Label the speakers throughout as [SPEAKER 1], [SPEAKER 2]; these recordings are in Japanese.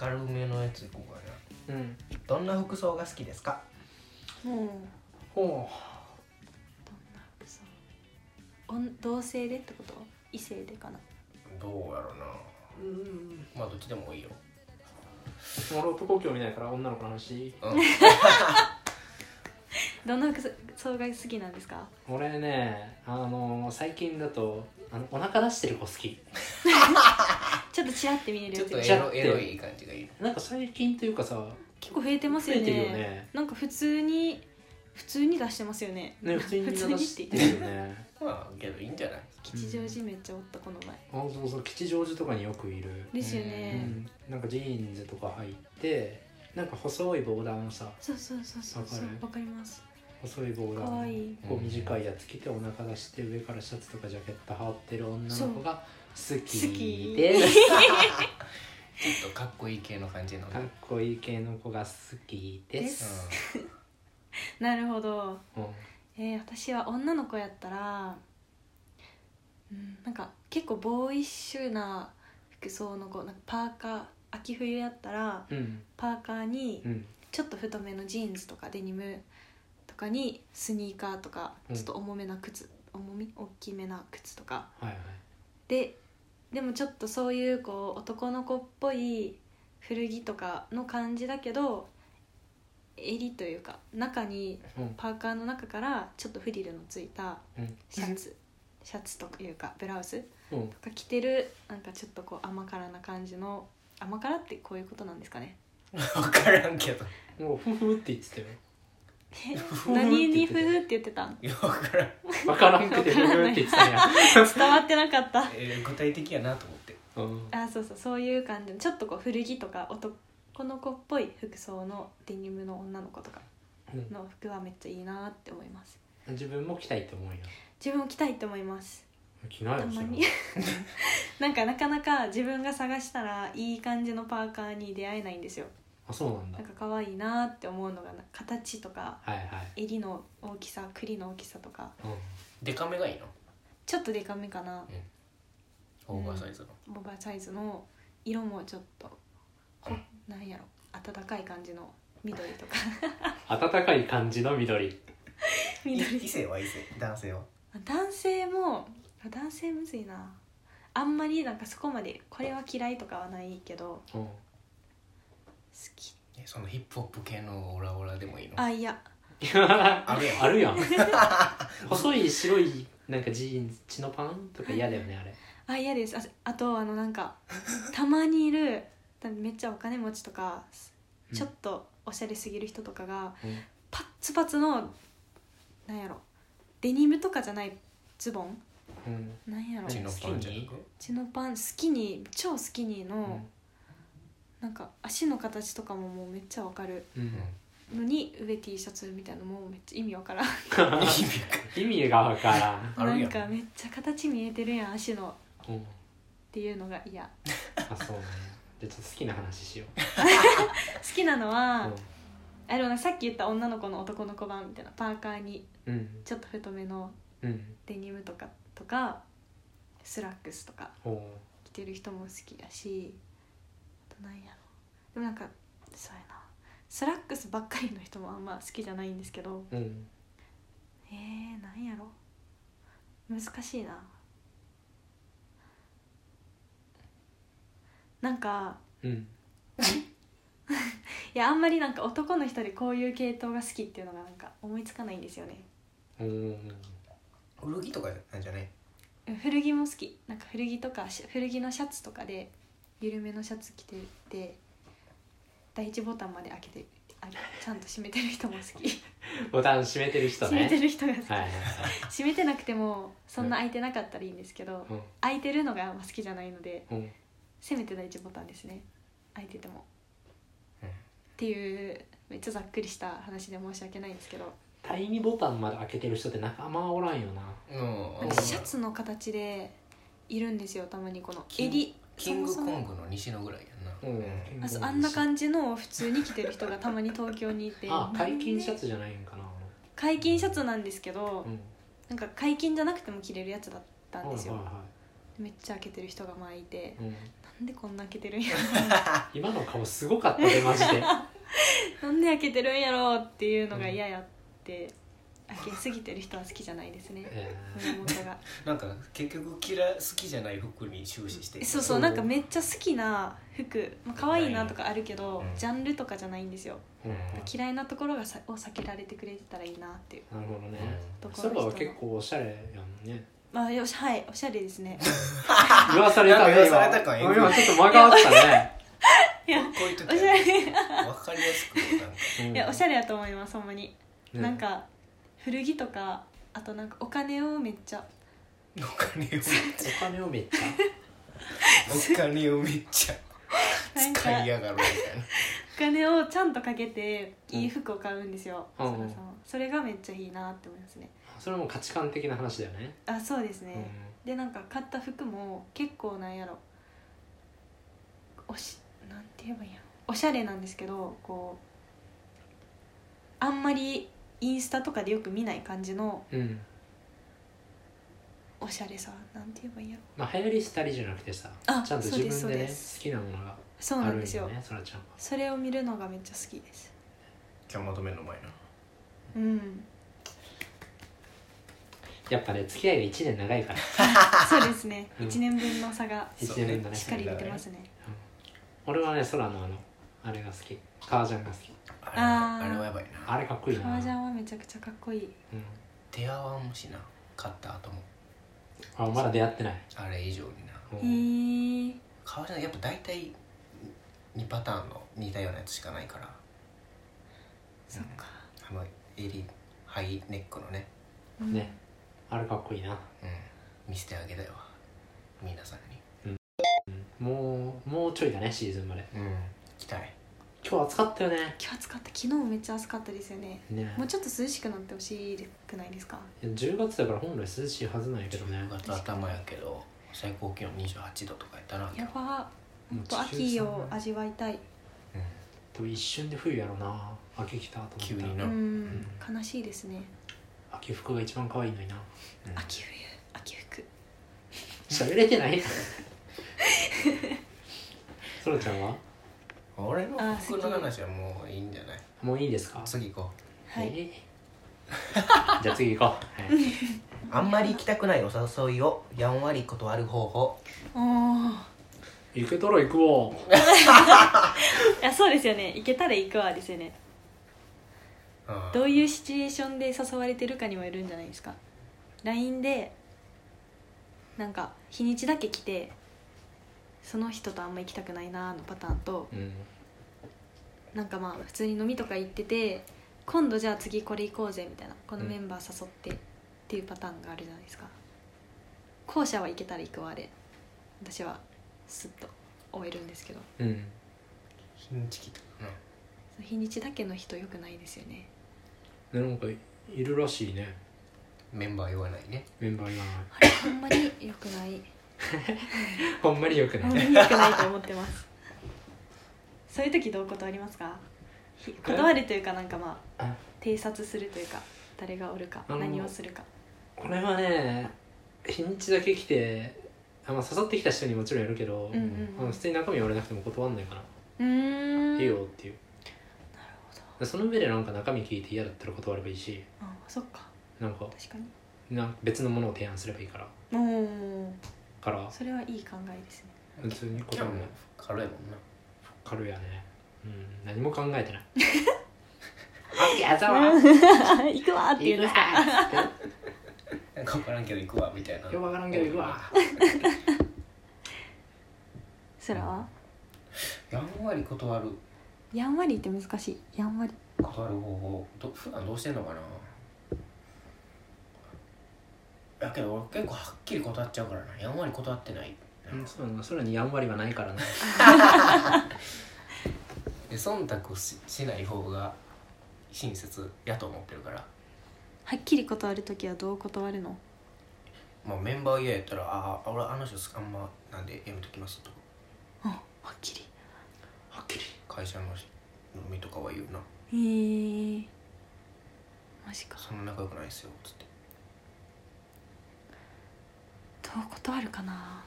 [SPEAKER 1] 明るめのやついこうかな
[SPEAKER 2] うん
[SPEAKER 1] どんな服装が好きですか
[SPEAKER 3] もう
[SPEAKER 2] ほ
[SPEAKER 3] どんな服装おん同性でってこと異性でかな
[SPEAKER 1] どうやろうな
[SPEAKER 2] ううん
[SPEAKER 1] まあどっちでもいいよ、
[SPEAKER 2] 俺男興味ないから女の子の話
[SPEAKER 1] うん、
[SPEAKER 3] どんな服装が好きなんですか
[SPEAKER 2] 俺ねあのー最近だとあのお腹出してる子好き
[SPEAKER 3] ちょっとチラって見える
[SPEAKER 1] ちょ
[SPEAKER 3] や
[SPEAKER 1] っ
[SPEAKER 3] つ
[SPEAKER 1] とエ
[SPEAKER 2] ちゃっ
[SPEAKER 1] ロ
[SPEAKER 2] て
[SPEAKER 1] エロい感じがいい
[SPEAKER 2] なんか最近というかさ
[SPEAKER 3] 結構増えてます
[SPEAKER 2] 増
[SPEAKER 3] よ
[SPEAKER 2] え
[SPEAKER 3] ね
[SPEAKER 2] てるよね
[SPEAKER 3] なんか普通に普通に出してますよね
[SPEAKER 2] ね普通に
[SPEAKER 3] 普
[SPEAKER 2] 出
[SPEAKER 3] 通にっ
[SPEAKER 2] してて
[SPEAKER 3] 言
[SPEAKER 2] るよね
[SPEAKER 1] まあけどいいんじゃない
[SPEAKER 3] 吉祥寺めっちゃおったこの前
[SPEAKER 2] あそうそう吉祥寺とかによくいる、
[SPEAKER 3] ですよ
[SPEAKER 2] う
[SPEAKER 3] ね、
[SPEAKER 2] ん、なんかジーンズとか入ってなんか細いボーダーのさ
[SPEAKER 3] そうそうそうそうそ
[SPEAKER 2] わか
[SPEAKER 3] う
[SPEAKER 2] る
[SPEAKER 3] わかります
[SPEAKER 2] 細いボーダー
[SPEAKER 3] 可
[SPEAKER 2] の
[SPEAKER 3] 愛い
[SPEAKER 2] こう短いやつ着てお腹出して上からシャツとかジャケット羽織ってる女の子が好きです
[SPEAKER 1] ちょっとかっこいい系の感じの
[SPEAKER 2] かっこいい系の子が好きです、
[SPEAKER 3] なるほど
[SPEAKER 2] うん、
[SPEAKER 3] えー、私は女の子やったら、うん、なんか結構ボーイッシュな服装の子なんかパーカー秋冬やったら
[SPEAKER 2] うん
[SPEAKER 3] パーカーに
[SPEAKER 2] うん
[SPEAKER 3] ちょっと太めのジーンズとかデニムとかにスニーカーとか
[SPEAKER 2] うん
[SPEAKER 3] ちょっと重めな靴、重み大きめな靴とか
[SPEAKER 2] はいはい
[SPEAKER 3] ででもちょっとそういうこう男の子っぽい古着とかの感じだけど襟というか中に
[SPEAKER 2] うん
[SPEAKER 3] パーカーの中からちょっとフリルのついた
[SPEAKER 2] うん
[SPEAKER 3] シ ャツシャツというかブラウス
[SPEAKER 2] うん
[SPEAKER 3] とか着てるなんかちょっとこう甘辛な感じの甘辛ってこういうことなんです かね
[SPEAKER 1] 分からんけど
[SPEAKER 2] もうフフって言ってたよふ
[SPEAKER 3] 何に
[SPEAKER 2] に
[SPEAKER 3] ふ
[SPEAKER 2] ふ
[SPEAKER 3] ふ
[SPEAKER 2] ふ
[SPEAKER 3] っ
[SPEAKER 2] って
[SPEAKER 3] 言ってたん
[SPEAKER 1] よく分からん、
[SPEAKER 2] わからんくてフフって言ってたんや、
[SPEAKER 3] 伝わってなかった
[SPEAKER 1] えー具体的やなと思って
[SPEAKER 2] うん、
[SPEAKER 3] あそうそうそういう感じのちょっとこう古着とか男の子っぽい服装のデニムの女の子とかの服はめっちゃいいなって思います
[SPEAKER 2] 自分も着たいと思うよ
[SPEAKER 3] 自分も着たいと思います
[SPEAKER 2] 着ない
[SPEAKER 3] た
[SPEAKER 2] よそ
[SPEAKER 3] ま
[SPEAKER 2] れ
[SPEAKER 3] になんかなかなか自分が探したらいい感じのパーカーに出会えないんですよ
[SPEAKER 2] あそうなんだ
[SPEAKER 3] なんか可愛いなって思うのがな形とか
[SPEAKER 2] はいはい、
[SPEAKER 3] 襟の大きさ栗の大きさとか
[SPEAKER 2] う
[SPEAKER 1] デカめがいいの
[SPEAKER 3] ちょっとデカめかな
[SPEAKER 1] オーバーサイズの、
[SPEAKER 3] オーバーサイズの色もちょっとこなんやろ暖かい感じの緑とか
[SPEAKER 2] ん、暖かい感じの緑
[SPEAKER 1] い
[SPEAKER 3] 緑
[SPEAKER 1] 異性は異性男性は
[SPEAKER 3] 男性もあ男性むずいなあんまりなんかそこまでこれは嫌いとかはないけど
[SPEAKER 2] うん
[SPEAKER 3] 好き
[SPEAKER 1] えそのヒップホップ系のオラオラでもいいの
[SPEAKER 3] あいや
[SPEAKER 1] あるやん
[SPEAKER 2] ある やん細い白いなんかジーンズチノパンとか嫌だよねあれ
[SPEAKER 3] あ嫌ですああとあのな んかたまにいる多分めっちゃお金持ちとか
[SPEAKER 2] うん
[SPEAKER 3] ちょっとおしゃれすぎる人とかが、
[SPEAKER 2] うん
[SPEAKER 3] パッツパツのなんやろデニムとかじゃないズボン
[SPEAKER 2] うん
[SPEAKER 3] なんやろ
[SPEAKER 1] チノパンじゃなく
[SPEAKER 3] チノパンスキニー超スキニーの、
[SPEAKER 2] うん
[SPEAKER 3] なんか足の形とかももうめっちゃわかる
[SPEAKER 2] うん
[SPEAKER 3] のに上 T シャツみたいなのもうめっちゃ意味わからん
[SPEAKER 1] 意味が
[SPEAKER 2] 意味がわからん、
[SPEAKER 1] あ
[SPEAKER 3] な
[SPEAKER 1] るや
[SPEAKER 3] ん
[SPEAKER 1] ん
[SPEAKER 3] かめっちゃ形見えてるやん足のっ
[SPEAKER 2] うん、
[SPEAKER 3] ていうのが嫌好
[SPEAKER 2] あそうねじゃあちょっと好きな話しよう、
[SPEAKER 3] きなのは、
[SPEAKER 2] う
[SPEAKER 3] あれはさっき言った女の子の男の子版みたいなパーカーに
[SPEAKER 2] んうん
[SPEAKER 3] ちょっと太めの
[SPEAKER 2] うん
[SPEAKER 3] デニムとかとかスラックスとか
[SPEAKER 2] ほ
[SPEAKER 3] 着てる人も好きやしあとなんやろでもなんかそうやなスラックスばっかりの人もあんま好きじゃないんですけど
[SPEAKER 2] ううん
[SPEAKER 3] えー、なんやろ難しいななんか
[SPEAKER 2] うん
[SPEAKER 3] いやあんまりなんか男の人でこういう系統が好きっていうのがなんか思いつかないんですよね
[SPEAKER 2] うんうん
[SPEAKER 1] 古着とかなんじゃない
[SPEAKER 3] 古着も好きなんか古着とかし古着のシャツとかで緩めのシャツ着てて第一ボタンまで開けてあちゃんと閉めてる人も好き、
[SPEAKER 2] ボタン閉めてる人
[SPEAKER 3] 閉め
[SPEAKER 2] ね
[SPEAKER 3] てる人が好き、
[SPEAKER 2] はいはい
[SPEAKER 3] 閉めてなくてもそんな開いてなかったらいいんですけど、
[SPEAKER 2] はい
[SPEAKER 3] 開いてるのがあんま好きじゃないので
[SPEAKER 2] うんうん
[SPEAKER 3] せめて第一ボタンですね開いてても、
[SPEAKER 1] うん
[SPEAKER 3] っていうめっちゃざっくりした話で申し訳ないんですけど
[SPEAKER 2] 第二ボタンまで開けてる人って仲間おらんよな
[SPEAKER 1] うん
[SPEAKER 3] なんかシャツの形でいるんですよたまにこの
[SPEAKER 1] キン
[SPEAKER 3] 襟
[SPEAKER 1] キング
[SPEAKER 3] そ
[SPEAKER 1] コ
[SPEAKER 3] もそも
[SPEAKER 1] ングの西野ぐらいやんな、
[SPEAKER 3] あそうあんな
[SPEAKER 2] じ
[SPEAKER 3] 感じの普通に着てる人がたまに東京にいて
[SPEAKER 2] あ解禁シャ
[SPEAKER 3] ツ
[SPEAKER 2] ツじゃないんかな
[SPEAKER 3] 解禁シャツなんですけど、
[SPEAKER 2] うん
[SPEAKER 3] なんか解禁じゃなくても着れるやつだったんですよ、
[SPEAKER 2] はいは
[SPEAKER 3] めっちゃ開けてる人がまあいて
[SPEAKER 2] いはいうん
[SPEAKER 3] なんでこんな開けてるんや
[SPEAKER 2] 今の顔すごかったでマジ で
[SPEAKER 3] なんで開けてるんやろうっていうのが嫌やって、開けすぎてる人は好きじゃないですね
[SPEAKER 2] え
[SPEAKER 3] 胸元が
[SPEAKER 1] なんか結局嫌い好きじゃない服に終始して
[SPEAKER 3] そう
[SPEAKER 2] そ
[SPEAKER 3] そううなんかめっちゃ好きな服、まあ可愛いなとかあるけど
[SPEAKER 1] うん
[SPEAKER 3] ジャンルとかじゃないんですよ
[SPEAKER 2] ーうん
[SPEAKER 3] 嫌いなところがさを避けられてくれてたらいいなっていう
[SPEAKER 2] なるほどね、
[SPEAKER 3] とこ
[SPEAKER 2] そ
[SPEAKER 3] ろ
[SPEAKER 2] ば
[SPEAKER 3] の人
[SPEAKER 2] は
[SPEAKER 3] の
[SPEAKER 2] 結構おしゃれやんね
[SPEAKER 3] まあよしはいおしゃれで すね
[SPEAKER 2] 言わされた
[SPEAKER 1] なん
[SPEAKER 2] ね
[SPEAKER 1] か言
[SPEAKER 2] 今
[SPEAKER 1] わされた感
[SPEAKER 2] 今ちょっと間があったね、
[SPEAKER 3] いや
[SPEAKER 1] こういう時
[SPEAKER 3] おしゃれい
[SPEAKER 1] わかりやすくなんか
[SPEAKER 2] うん
[SPEAKER 3] やおしゃれやと思いますほんまに、
[SPEAKER 2] ね
[SPEAKER 3] なんか古着とかあとなんかお金をめっちゃ
[SPEAKER 1] お金を
[SPEAKER 2] お金をめっちゃ
[SPEAKER 1] お金をめっちゃ
[SPEAKER 3] なんか
[SPEAKER 1] 使いやがるみたいな
[SPEAKER 3] お金をちゃんとかけていい服を買うんですよ、
[SPEAKER 2] うん
[SPEAKER 3] そらさんはそれがめっちゃいいなって思いますね
[SPEAKER 2] それも価値観的な話だよね、
[SPEAKER 3] あそうですね、
[SPEAKER 2] う
[SPEAKER 3] でなんか買った服も結構なんやろおしなんて言えばいいんやろおしゃれなんですけどこうあんまりインスタとかでよく見ない感じの
[SPEAKER 2] ん、うん、
[SPEAKER 3] おしゃれさなんて言えばいいんやろ
[SPEAKER 2] まあ流行りしたりじゃなくてさちゃ
[SPEAKER 3] あ
[SPEAKER 2] んと自分
[SPEAKER 3] そう
[SPEAKER 2] で
[SPEAKER 3] ですそう
[SPEAKER 2] ね
[SPEAKER 3] です
[SPEAKER 2] 好きなものが
[SPEAKER 3] そう
[SPEAKER 2] あ
[SPEAKER 3] な
[SPEAKER 2] る
[SPEAKER 3] ん
[SPEAKER 2] ん
[SPEAKER 3] です
[SPEAKER 2] だ
[SPEAKER 3] よ
[SPEAKER 2] よねそらちゃんは
[SPEAKER 3] それを見るのがめっちゃ好きです
[SPEAKER 1] 今日まとめるの 前な
[SPEAKER 3] うん
[SPEAKER 2] やっぱね付き合いが1年長いから
[SPEAKER 3] そうですね
[SPEAKER 2] うん
[SPEAKER 3] 1年分の差が
[SPEAKER 2] 1年分だね
[SPEAKER 3] しっかり出てますね
[SPEAKER 2] 俺はねそらのあのあれが好き革ジャンが好き
[SPEAKER 1] あ
[SPEAKER 3] あー
[SPEAKER 1] れあれはやばいな
[SPEAKER 2] あれかっこいいな
[SPEAKER 3] 革ジャンはめちゃくちゃかっこいい
[SPEAKER 2] うん、
[SPEAKER 1] 出会わんもしな買った後も
[SPEAKER 2] あまだ出会ってない、
[SPEAKER 1] あれ以上にな
[SPEAKER 2] うん
[SPEAKER 3] へー
[SPEAKER 1] 革ジャンやっぱ大体2パターンの似たようなやつしかないから
[SPEAKER 3] そっか
[SPEAKER 1] あの襟ハイネックのね、
[SPEAKER 3] うん
[SPEAKER 2] ねあれかっこいいな
[SPEAKER 1] うん、見せてあげたよ皆さんに
[SPEAKER 2] もうもうちょいだねシーズンまで
[SPEAKER 1] うん着たい
[SPEAKER 2] 今日暑かったよね
[SPEAKER 3] 今日暑かった昨日めっちゃ暑かったですよね
[SPEAKER 2] ね
[SPEAKER 3] もうちょっと涼しくなってほしくないですか
[SPEAKER 2] 10月だから本来涼しいはずなんやけどね
[SPEAKER 1] 10月頭やけど最高気温28度とかやったな
[SPEAKER 3] やば
[SPEAKER 2] もう
[SPEAKER 3] もっと秋を味わいたい
[SPEAKER 1] うん
[SPEAKER 2] 多分一瞬で冬やろな秋来たと思った
[SPEAKER 1] 急に
[SPEAKER 3] う
[SPEAKER 1] な、
[SPEAKER 3] ん悲しいですね
[SPEAKER 2] 秋服が一番可愛いのにな
[SPEAKER 1] うん
[SPEAKER 3] 秋冬秋服
[SPEAKER 2] 喋れてない そらちゃんは
[SPEAKER 1] 俺の
[SPEAKER 3] あ
[SPEAKER 1] 服
[SPEAKER 3] 好
[SPEAKER 1] の
[SPEAKER 3] き
[SPEAKER 1] 話はもういいんじゃない
[SPEAKER 2] もういいですか
[SPEAKER 1] 次行こ
[SPEAKER 3] はい
[SPEAKER 2] えー じゃあ次行こう、はい、
[SPEAKER 1] うあんまり行きたくないお誘いをやんわり断る方法
[SPEAKER 3] おー
[SPEAKER 2] 行けたら行くわ
[SPEAKER 3] いやそうですよね行けたら行くわですよね
[SPEAKER 1] あ
[SPEAKER 3] どういうシチュエーションで誘われてるかにもよるんじゃないですか LINE でなんか日にちだけ来てその人とあんま行きたくないなーのパターンと
[SPEAKER 2] うん
[SPEAKER 3] なんかまあ普通に飲みとか行ってて今度じゃあ次これ行こうぜみたいなこのメンバー誘ってっていうパターンがあるじゃないですか後者は行けたら行くわあれ私はスッと終えるんですけど
[SPEAKER 2] うん
[SPEAKER 1] 日にち来たな
[SPEAKER 3] 日にちだけの人よくないですよね
[SPEAKER 2] でなんかいるらしいね
[SPEAKER 1] メンバー言わないね
[SPEAKER 2] メンバーが
[SPEAKER 3] あれほんまに良くない
[SPEAKER 2] ほんまによく
[SPEAKER 3] ほん
[SPEAKER 2] な
[SPEAKER 3] ま
[SPEAKER 2] い
[SPEAKER 3] に良くないと思って ますそういう時どう断りますかひ断るというかなんかまあ
[SPEAKER 2] あ
[SPEAKER 3] 偵察するというか誰がおるか
[SPEAKER 2] あの
[SPEAKER 3] 何をするか
[SPEAKER 2] これはね日にちだけ来てあ、まあ、誘ってきた人にもちろんやるけど、
[SPEAKER 3] うんう
[SPEAKER 2] あ
[SPEAKER 3] んう
[SPEAKER 2] の
[SPEAKER 3] ん
[SPEAKER 2] 普通に中身言われなくても断んないかな、
[SPEAKER 3] うーん
[SPEAKER 2] いいよっていう
[SPEAKER 3] なるほど
[SPEAKER 2] でその上でなんか中身聞いて嫌だったら断ればいいし
[SPEAKER 3] あそっか
[SPEAKER 2] なんか
[SPEAKER 3] 確かに
[SPEAKER 2] な別のものを提案すればいいから
[SPEAKER 3] おお
[SPEAKER 2] から
[SPEAKER 3] それはいい考えですね
[SPEAKER 2] 普通に
[SPEAKER 1] で
[SPEAKER 2] 断
[SPEAKER 1] も
[SPEAKER 2] るの
[SPEAKER 1] 軽いもんな
[SPEAKER 2] 軽やねうん何も考えてないオッケーざわ
[SPEAKER 3] 行くわーっていうんですか
[SPEAKER 1] なんか分からんけど行くわみたいな
[SPEAKER 2] よくわからんけど行くわ
[SPEAKER 3] そらは
[SPEAKER 1] やんわり断る
[SPEAKER 3] やんわりって難しいやんわり
[SPEAKER 1] 断る方法ど普段どうしてんのかなだけど俺結構はっきり断っちゃうからなやんわり断ってない
[SPEAKER 2] うんそうなの空にやんわりはないからね
[SPEAKER 1] で忖度ししない方が親切やと思ってるから、
[SPEAKER 3] はっきり断るときはどう断るの
[SPEAKER 1] まあ、メンバー嫌やったら「ああ俺あの人あんまなんでやめときます」とか
[SPEAKER 3] あはっきり
[SPEAKER 2] はっきり
[SPEAKER 1] 会社の人飲みとかは言うな
[SPEAKER 3] えー、マ
[SPEAKER 1] 「
[SPEAKER 3] ジか
[SPEAKER 1] そんな仲良くないですよ」つって
[SPEAKER 3] どう断るかな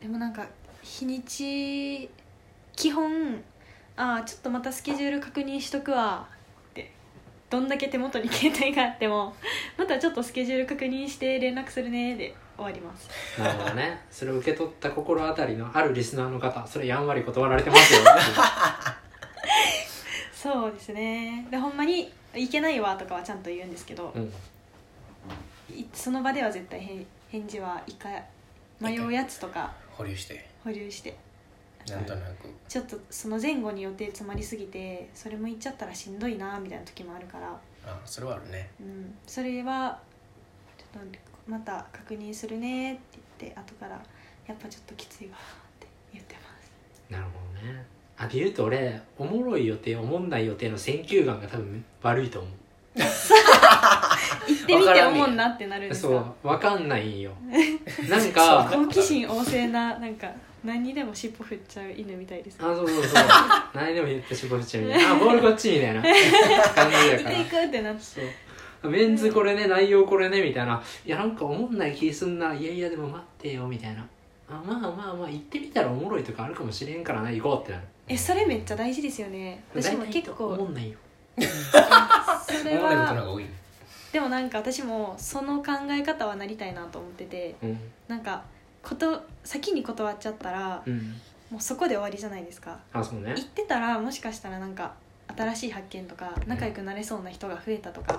[SPEAKER 3] でもなんか日にち基本ああちょっとまたスケジュール確認しとくわってどんだけ手元に携帯があってもまたちょっとスケジュール確認して連絡するねで終わります
[SPEAKER 2] なるほどねそれを受け取った心当たりのあるリスナーの方それやんわり断られてますよ
[SPEAKER 3] そうですねでほんまに「いけないわ」とかはちゃんと言うんですけど
[SPEAKER 2] う、ん
[SPEAKER 3] いその場では絶対返返事は一回迷うやつとか
[SPEAKER 1] 保留して
[SPEAKER 3] 保留して
[SPEAKER 1] なんとなく、
[SPEAKER 3] ちょっとその前後に予定詰まりすぎてそれも行っちゃったらしんどいなみたいな時もあるから、
[SPEAKER 1] あそれはあるね
[SPEAKER 3] うん、それはちょっとまた確認するねって言って後からやっぱちょっときついわって言ってます
[SPEAKER 2] なるほどねあで言うと俺おもろい予定おもんない予定の選球眼が多分悪いと思
[SPEAKER 3] 行ってみて思うなってなるん
[SPEAKER 2] う
[SPEAKER 3] です
[SPEAKER 2] そ
[SPEAKER 3] か
[SPEAKER 2] う分かんない んよなん
[SPEAKER 1] そう
[SPEAKER 2] か
[SPEAKER 1] か
[SPEAKER 3] 好奇心旺盛ななんか何にでも尻尾振っちゃう犬みたいです
[SPEAKER 2] あそうそう そう何でも言ってしぼっちゃうみたいなあボールこっちみたいな感じ
[SPEAKER 3] 行
[SPEAKER 2] だ
[SPEAKER 3] く
[SPEAKER 2] から
[SPEAKER 3] 行くってなって
[SPEAKER 2] そうメンズこれね内容これねみたいないやなんか思んない気すんないやいやでも待ってよみたいなあまあまあまあ行ってみたらおもろいとかあるかもしれんからな行こうってなる
[SPEAKER 3] えそれめっちゃ大事ですよね私も結
[SPEAKER 2] 大体思
[SPEAKER 3] 構
[SPEAKER 2] んないよ
[SPEAKER 3] そ
[SPEAKER 1] 思
[SPEAKER 3] れ
[SPEAKER 1] わないことの
[SPEAKER 3] は
[SPEAKER 1] 方が多い
[SPEAKER 3] でもなんか私もその考え方はなりたいなと思ってて
[SPEAKER 2] うん、
[SPEAKER 3] なんかこと先に断っちゃったら
[SPEAKER 2] うん、
[SPEAKER 3] もうそこで終わりじゃないですか
[SPEAKER 2] あそうね
[SPEAKER 3] 行ってたらもしかしたらなんか新しい発見とか仲良くなれそうな人が増えたとかっ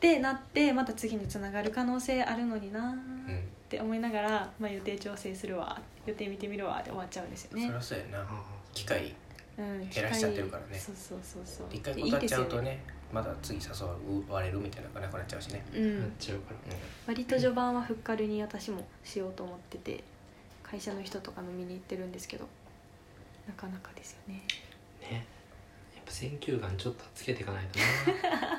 [SPEAKER 3] てなってまた次につながる可能性あるのにな
[SPEAKER 1] う
[SPEAKER 3] っ
[SPEAKER 1] ん
[SPEAKER 3] て思いながら、まあ、予定調整するわ予定見てみるわで終わっちゃうんですよ
[SPEAKER 1] そ
[SPEAKER 3] ね
[SPEAKER 1] りゃ。そうやな
[SPEAKER 2] あ
[SPEAKER 1] 機会
[SPEAKER 3] うん、
[SPEAKER 1] 減らしちゃってるからね
[SPEAKER 3] そうそうそうそう
[SPEAKER 1] 一回
[SPEAKER 3] で
[SPEAKER 1] 断っ
[SPEAKER 3] いい
[SPEAKER 1] ちゃうと
[SPEAKER 3] ですよ
[SPEAKER 1] ねまだ次誘われるみたいなのがなくなっちゃうしね、
[SPEAKER 3] う
[SPEAKER 2] なっ
[SPEAKER 3] ん、
[SPEAKER 2] ちゃうから
[SPEAKER 1] う
[SPEAKER 3] 割と序盤はふっかるに私もしようと思ってて会社の人とか飲みに行ってるんですけどなかなかですよね
[SPEAKER 2] ねやっぱ選球眼ちょっとつけていかないとな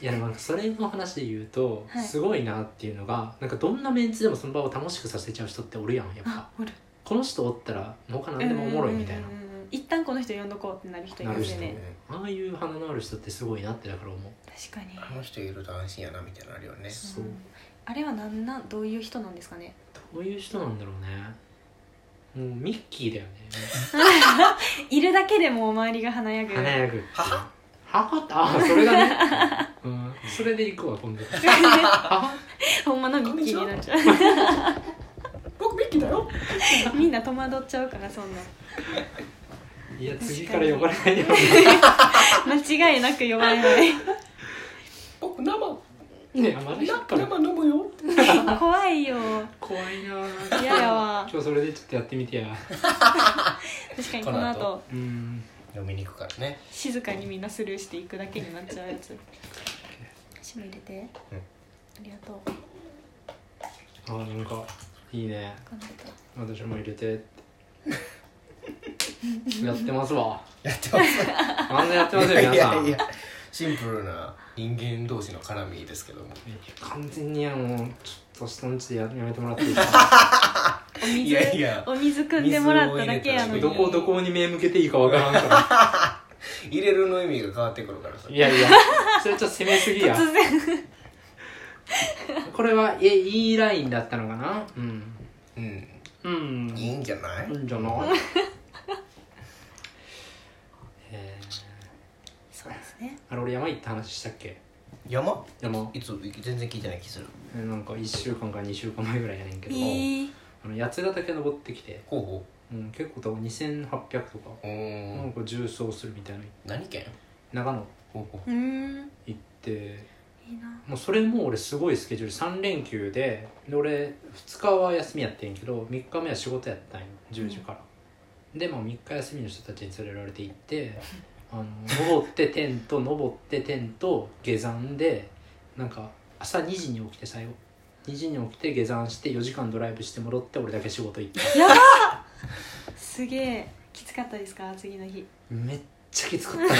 [SPEAKER 2] いやでもなんかそれの話で言うと、
[SPEAKER 3] はい
[SPEAKER 2] すごいなっていうのがなんかどんなメンツでもその場を楽しくさせちゃう人っておるやんやっぱ
[SPEAKER 3] あおる
[SPEAKER 2] この人おったら他何でもおもろいみたいな
[SPEAKER 3] うんうんうんうん一旦この人呼んどこうってなる人いますよ
[SPEAKER 1] ん
[SPEAKER 2] ね
[SPEAKER 3] ね
[SPEAKER 2] ああいう花のある人ってすごいなってだから思う
[SPEAKER 3] 確かに
[SPEAKER 1] あの人いると安心やなみたいなのあるよね
[SPEAKER 2] そう
[SPEAKER 3] うんあれはなんなんどういう人なんですかね
[SPEAKER 2] どういう人なんだろうねもうミッキーだよね
[SPEAKER 3] いるだけでもう周りが華やぐ
[SPEAKER 2] 華やぐって
[SPEAKER 1] は
[SPEAKER 2] 母ってああそれがね、 うん、それで行くわ今度母
[SPEAKER 3] ほんまのミッキーになっちゃ
[SPEAKER 1] 僕ミッキーだよ
[SPEAKER 3] う みんな戸惑っちゃうからそんない
[SPEAKER 2] や
[SPEAKER 3] かに
[SPEAKER 2] 次から呼ばれないよ う
[SPEAKER 3] 間違いなく呼ばれ ない
[SPEAKER 1] 僕生な
[SPEAKER 2] にねまだ引っ張る
[SPEAKER 1] 飲むよ
[SPEAKER 3] 怖いよ
[SPEAKER 2] 怖いなぁ
[SPEAKER 3] 嫌やわ
[SPEAKER 2] 今日それでちょっとやってみてや
[SPEAKER 3] 確かにこの
[SPEAKER 1] この
[SPEAKER 3] 後
[SPEAKER 2] うん
[SPEAKER 1] 飲みに行くからね
[SPEAKER 3] 静かにみんなスルーしていくだけになっちゃうやつ私も入れて、ありがとう
[SPEAKER 2] ああなんかいいね
[SPEAKER 3] この後
[SPEAKER 2] 私も入れてってやってますわ
[SPEAKER 1] やってます
[SPEAKER 2] あんなやってますよ皆
[SPEAKER 1] い
[SPEAKER 2] さ
[SPEAKER 1] や
[SPEAKER 2] ん
[SPEAKER 1] いやシンプルな人間同士の絡みですけども
[SPEAKER 2] 完全にあのちょっと下のちでややめてもらっていいですか
[SPEAKER 3] お水
[SPEAKER 1] いやいや
[SPEAKER 3] お水汲んでもらっただけやのに
[SPEAKER 1] 水
[SPEAKER 2] ど
[SPEAKER 1] を入れたら
[SPEAKER 2] こどこに目向けていいかわからんか
[SPEAKER 1] 入れるの意味が変わってくるからさ
[SPEAKER 2] らいやいやそれちょっと攻めすぎ
[SPEAKER 3] 突
[SPEAKER 2] や
[SPEAKER 3] 然
[SPEAKER 2] これはえいいラインだったのかなうん
[SPEAKER 1] うん
[SPEAKER 2] うん
[SPEAKER 1] いいんじゃない
[SPEAKER 2] いいんじゃないえ
[SPEAKER 3] そうですね
[SPEAKER 2] ー、あれ俺山行った話したっけ
[SPEAKER 1] 山
[SPEAKER 2] 山
[SPEAKER 1] いつ全然聞いてない気する
[SPEAKER 2] えーなんか1週間か2週間前ぐらいやねんけ
[SPEAKER 3] え
[SPEAKER 2] ど、
[SPEAKER 3] ー、
[SPEAKER 2] あの八ヶ岳登ってきて、
[SPEAKER 1] 候補
[SPEAKER 2] うん、結構多分2800とか、
[SPEAKER 1] う
[SPEAKER 2] なんんか重装するみたいな
[SPEAKER 1] 何県
[SPEAKER 2] 長野
[SPEAKER 1] ほうほ
[SPEAKER 3] うーん
[SPEAKER 2] 行って
[SPEAKER 3] いいな
[SPEAKER 2] もうそれも俺すごいスケジュール3連休でで俺2日は休みやってんけど3日目は仕事やったんよ10時から、でも3日休みの人たちに連れられて行ってあの登ってテント登ってテント下山でなんか朝2時に起きて最後2時に起きて下山して4時間ドライブして戻って俺だけ仕事行った
[SPEAKER 3] すげえきつかったですか次の日
[SPEAKER 2] めっちゃきつかったな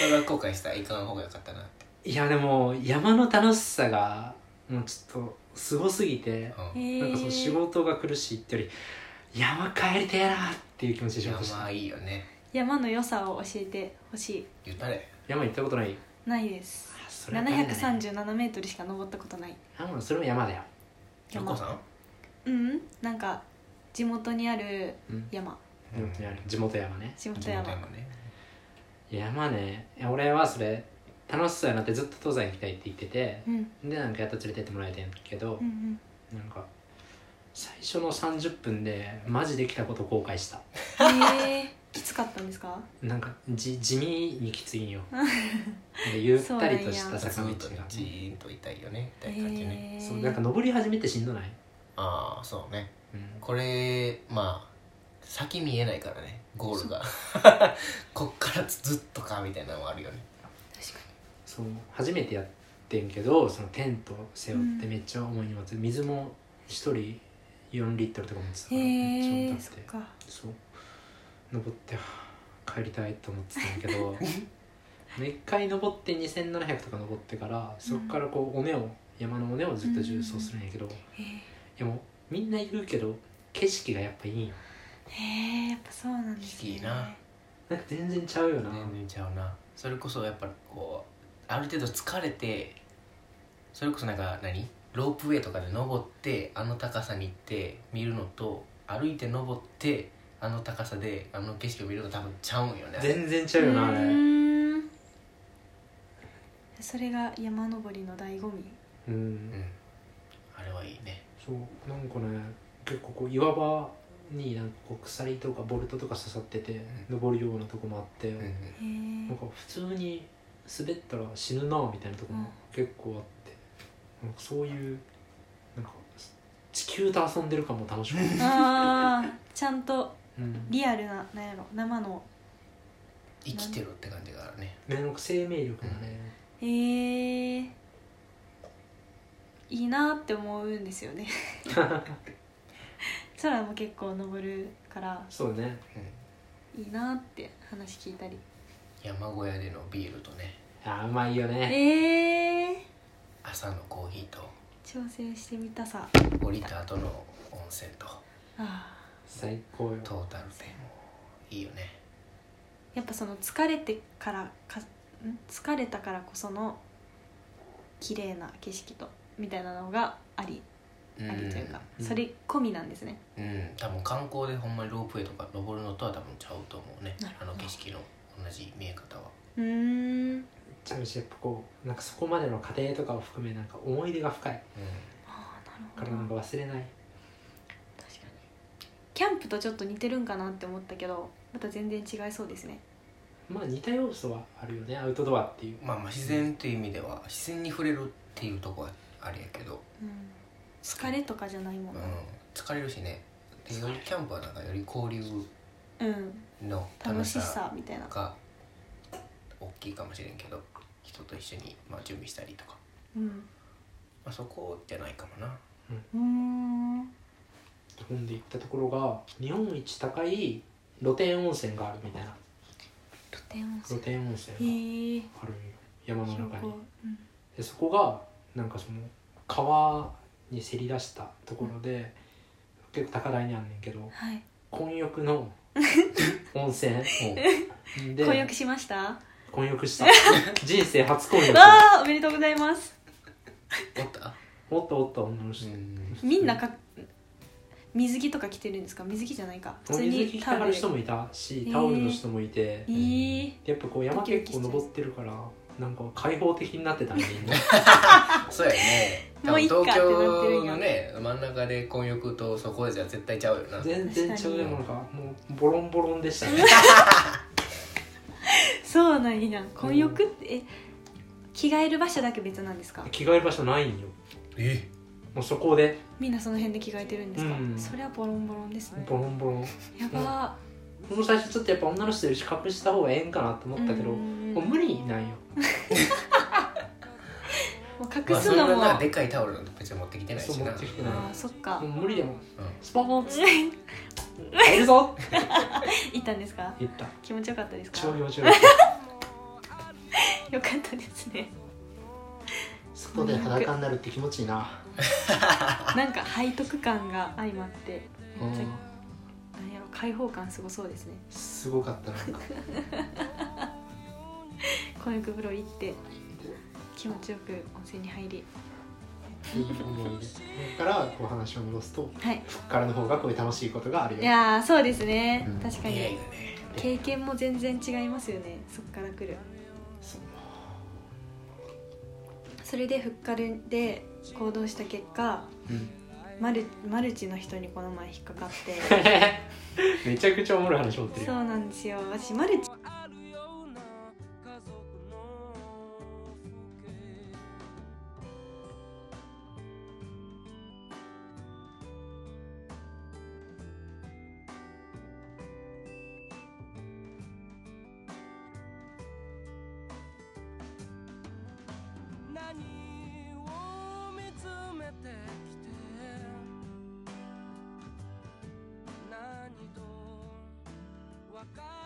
[SPEAKER 1] それは後悔したいかん方がよかったなって
[SPEAKER 2] いやでも山の楽しさがもうちょっとすごすぎて
[SPEAKER 1] うん
[SPEAKER 3] へえ
[SPEAKER 2] なんかその仕事が苦しいってより山帰りてえなっていう気持ちで仕事した
[SPEAKER 1] 山いいよね
[SPEAKER 3] 山の良さを教えてほしい
[SPEAKER 1] 言ったれ
[SPEAKER 2] 山行ったことない
[SPEAKER 3] ないです
[SPEAKER 2] あそれはダメだね
[SPEAKER 3] 737メートルしか登ったことない
[SPEAKER 2] あもうそれも山だよ
[SPEAKER 1] ゆうこさん
[SPEAKER 3] うんなんか地元にある
[SPEAKER 2] うん
[SPEAKER 3] 山
[SPEAKER 2] 地元にある地元山ね
[SPEAKER 3] 地元
[SPEAKER 1] 地元
[SPEAKER 3] 山
[SPEAKER 1] 山ね
[SPEAKER 2] 山ねいや俺はそれ楽しそうやなってずっと登山行きたいって言ってて
[SPEAKER 3] うん
[SPEAKER 2] でなんかやっと連れてってもらえてんけど
[SPEAKER 3] う、ん
[SPEAKER 2] なんか最初の30分でマジできたこと後悔した
[SPEAKER 3] うんえー、 きつかったんですか
[SPEAKER 2] なんかじ地味にきついんよ でゆったりとした
[SPEAKER 1] ず
[SPEAKER 2] 坂道
[SPEAKER 1] っと
[SPEAKER 2] が
[SPEAKER 1] じーんといたいよねみたいな感じね
[SPEAKER 3] えー
[SPEAKER 2] そうなんか登り始めてしんどない、
[SPEAKER 1] ああそうね
[SPEAKER 2] うん、
[SPEAKER 1] これまあ先見えないからねゴールが こっからずっとかみたいなのもあるよね
[SPEAKER 3] 確か
[SPEAKER 2] そう初めてやってんけどそのテント背負ってめっちゃ重い荷物、水も1人4リットルとか持ってたか
[SPEAKER 3] に
[SPEAKER 2] らめっちゃ
[SPEAKER 3] へえ
[SPEAKER 2] 重
[SPEAKER 3] ー、
[SPEAKER 2] た
[SPEAKER 3] そ
[SPEAKER 2] く
[SPEAKER 3] ってか
[SPEAKER 2] そう登ってはあ帰りたいと思ってたん やけど一回登って2700とか登ってからそこからこう尾根を山の尾根をずっと縦走するんやけど、い
[SPEAKER 3] へえ
[SPEAKER 2] やもうみんな言うけど景色がやっぱいいんよ
[SPEAKER 3] へえやっぱそうなんです
[SPEAKER 1] きついな
[SPEAKER 2] なんか全然ちゃうよな、
[SPEAKER 1] 全然ちゃうなそれこそやっぱこうある程度疲れてそれこそなんか何ロープウェイとかで登ってあの高さに行って見るのと歩いて登ってあの高さであの景色を見るの多分ちゃうんよね
[SPEAKER 2] 全然ちゃうよなあ
[SPEAKER 3] う
[SPEAKER 2] れ、
[SPEAKER 3] ーんそれが山登りの醍醐味
[SPEAKER 1] う
[SPEAKER 2] う
[SPEAKER 1] んんあれはいいね
[SPEAKER 2] そうなんかね結構こう岩場になんかこう鎖とかボルトとか刺さってて、登るようなとこもあって、
[SPEAKER 1] うんうん
[SPEAKER 3] へえ
[SPEAKER 2] なんか普通に滑ったら死ぬなみたいなとこも結構あって、なんかそういうなんか地球と遊んでる感も楽しめる、
[SPEAKER 3] あーちゃんと
[SPEAKER 2] うん、
[SPEAKER 3] リアルななんやろ生の
[SPEAKER 1] 生きてるって感じがあるね
[SPEAKER 2] ねなんか生命力がね、
[SPEAKER 3] へえいいなって思うんですよね空も結構登るから
[SPEAKER 2] そうね
[SPEAKER 1] うん
[SPEAKER 3] いいなって話聞いたり
[SPEAKER 1] 山小屋でのビールとね
[SPEAKER 2] あーうまいよね
[SPEAKER 3] ええ
[SPEAKER 1] 朝のコーヒーと
[SPEAKER 3] 挑戦してみたさ
[SPEAKER 1] 降りた後の温泉と
[SPEAKER 3] あ
[SPEAKER 2] 最高よ
[SPEAKER 1] トータルでもういいよね
[SPEAKER 3] ーやっぱその疲れてからかん疲れたからこその綺麗な景色とみたいなのがあり
[SPEAKER 1] うん
[SPEAKER 3] ありというか、
[SPEAKER 2] うん
[SPEAKER 3] それ込みなんですね
[SPEAKER 1] うん多分観光でほんまにロープウェイとか登るのとは多分ちゃうと思うね
[SPEAKER 3] なる
[SPEAKER 1] あ
[SPEAKER 3] ほど
[SPEAKER 1] の景色の同じ見え方は
[SPEAKER 3] うーん
[SPEAKER 2] ちゃうしやっぱこうなんかそこまでの過程とかを含めなんか思い出が深い
[SPEAKER 1] うん
[SPEAKER 3] ああ
[SPEAKER 2] か
[SPEAKER 3] な
[SPEAKER 2] ら
[SPEAKER 3] るほ
[SPEAKER 2] なん
[SPEAKER 3] ど
[SPEAKER 2] か忘れない
[SPEAKER 3] 確かにキャンプとちょっと似てるんかなって思ったけどまた全然違いそうですね
[SPEAKER 2] まあ似た要素はあるよねアウトドアっていう
[SPEAKER 1] まあまあ自然っていう意味では自然に触れるっていうとこはあれやけど、
[SPEAKER 3] うん疲れとかじゃないも
[SPEAKER 1] うんん
[SPEAKER 3] な、
[SPEAKER 1] 疲れるしねでよりキャンプはなんかより交流
[SPEAKER 3] うん、
[SPEAKER 1] の
[SPEAKER 3] 楽
[SPEAKER 1] 楽
[SPEAKER 3] し
[SPEAKER 1] し
[SPEAKER 3] さ
[SPEAKER 1] さ
[SPEAKER 3] みたいな
[SPEAKER 1] が大きいかもしれんけど人と一緒にまあ準備したりとか、
[SPEAKER 3] うん
[SPEAKER 1] まあ、そこじゃないかもな
[SPEAKER 3] うーん
[SPEAKER 2] 日本で行ったところが日本一高い露天温泉があるみたいな
[SPEAKER 3] 露天温
[SPEAKER 2] 露
[SPEAKER 3] 泉
[SPEAKER 2] 天温泉が
[SPEAKER 3] へえ
[SPEAKER 2] あるんよ山の
[SPEAKER 3] 標
[SPEAKER 2] 中に
[SPEAKER 3] 高うん
[SPEAKER 2] でそこがなんかその川にせり出したところで、結構高台にあんねんけど
[SPEAKER 3] はい
[SPEAKER 2] 混浴の 温泉で
[SPEAKER 3] 婚約しましたわ
[SPEAKER 2] 混浴 した人生初混浴
[SPEAKER 3] あおめでとうございます
[SPEAKER 1] おった
[SPEAKER 2] おっとおっと女の
[SPEAKER 1] う
[SPEAKER 2] 人
[SPEAKER 1] ん
[SPEAKER 3] みんなか水着とか着てるんですか水着じゃないか普通
[SPEAKER 2] 水
[SPEAKER 3] に
[SPEAKER 2] 着着
[SPEAKER 3] タ
[SPEAKER 2] たが
[SPEAKER 3] オル
[SPEAKER 2] る
[SPEAKER 3] で
[SPEAKER 2] 人もいたし
[SPEAKER 3] へー
[SPEAKER 2] タオルの人もいて
[SPEAKER 3] えー、
[SPEAKER 2] やっぱこう山
[SPEAKER 3] ドキドキし
[SPEAKER 2] 結
[SPEAKER 3] ちゃ
[SPEAKER 2] 構
[SPEAKER 3] う
[SPEAKER 2] 登ってるからなんか開放的になってたねみんな
[SPEAKER 1] そうやね多
[SPEAKER 3] もうい
[SPEAKER 1] 分
[SPEAKER 3] っか
[SPEAKER 1] 東
[SPEAKER 3] ってなってるん
[SPEAKER 1] 京
[SPEAKER 3] や
[SPEAKER 1] のね真ん中で混浴とそこじゃ絶対ちゃうよな
[SPEAKER 2] 全然ちゃうよ
[SPEAKER 3] 確かに
[SPEAKER 2] なんかもうボロンボロンでした ね
[SPEAKER 3] そうなんや混浴ってえ着替える場所だけ別なんですか
[SPEAKER 2] 着替える場所ないんよ
[SPEAKER 1] え
[SPEAKER 2] もうそこで
[SPEAKER 3] みんなその辺で着替えてるんですか、
[SPEAKER 2] うん
[SPEAKER 3] それはボロンボロンですね
[SPEAKER 2] ボロンボロン
[SPEAKER 3] やば
[SPEAKER 2] 僕も最初ちょっとやっぱ女の人より隠した方がええんかなと思ったけど、
[SPEAKER 3] うん
[SPEAKER 2] もう無理なんよ
[SPEAKER 3] もう
[SPEAKER 1] ま
[SPEAKER 3] 隠
[SPEAKER 1] あ
[SPEAKER 3] す
[SPEAKER 1] そん
[SPEAKER 3] の
[SPEAKER 1] な
[SPEAKER 3] も、
[SPEAKER 1] な
[SPEAKER 3] あ
[SPEAKER 1] でかいタオルなんて別に持ってきてない
[SPEAKER 2] そう
[SPEAKER 1] し
[SPEAKER 2] 持
[SPEAKER 1] な
[SPEAKER 2] ってきてない
[SPEAKER 3] ーそっか
[SPEAKER 2] もう無理でも
[SPEAKER 1] う
[SPEAKER 2] スポーンっ つって入る ぞって
[SPEAKER 3] 行ったんですか
[SPEAKER 2] 言った
[SPEAKER 3] 気持ちよかったですか
[SPEAKER 2] 超気持ちよかった
[SPEAKER 3] よかったですね
[SPEAKER 2] 外で裸になるって気持ちいいな、
[SPEAKER 3] なんか背徳感が相まって
[SPEAKER 2] う
[SPEAKER 3] めっち
[SPEAKER 2] ん、
[SPEAKER 3] ゃなんやろ開放感すごそうですね
[SPEAKER 2] すごかったなんか
[SPEAKER 3] 婚浴風呂行って気持ちよく温泉に入り
[SPEAKER 2] だからこう話を戻すと
[SPEAKER 3] はい
[SPEAKER 2] ふっからの方がこういう楽しいことがあるよ
[SPEAKER 3] いやーそうですね、
[SPEAKER 2] うん
[SPEAKER 3] 確
[SPEAKER 1] 出
[SPEAKER 3] か
[SPEAKER 1] 会い
[SPEAKER 3] に
[SPEAKER 1] がね
[SPEAKER 3] 経験も全然違いますよねそっから来るそれでフッカルで行動した結果
[SPEAKER 2] うん
[SPEAKER 3] マルマルチの人にこの前引っかかって
[SPEAKER 2] めちゃくちゃおもろい話持ってる
[SPEAKER 3] そ
[SPEAKER 2] よ
[SPEAKER 3] うなんですよ私マルチ
[SPEAKER 4] 何を見つめてきて何と別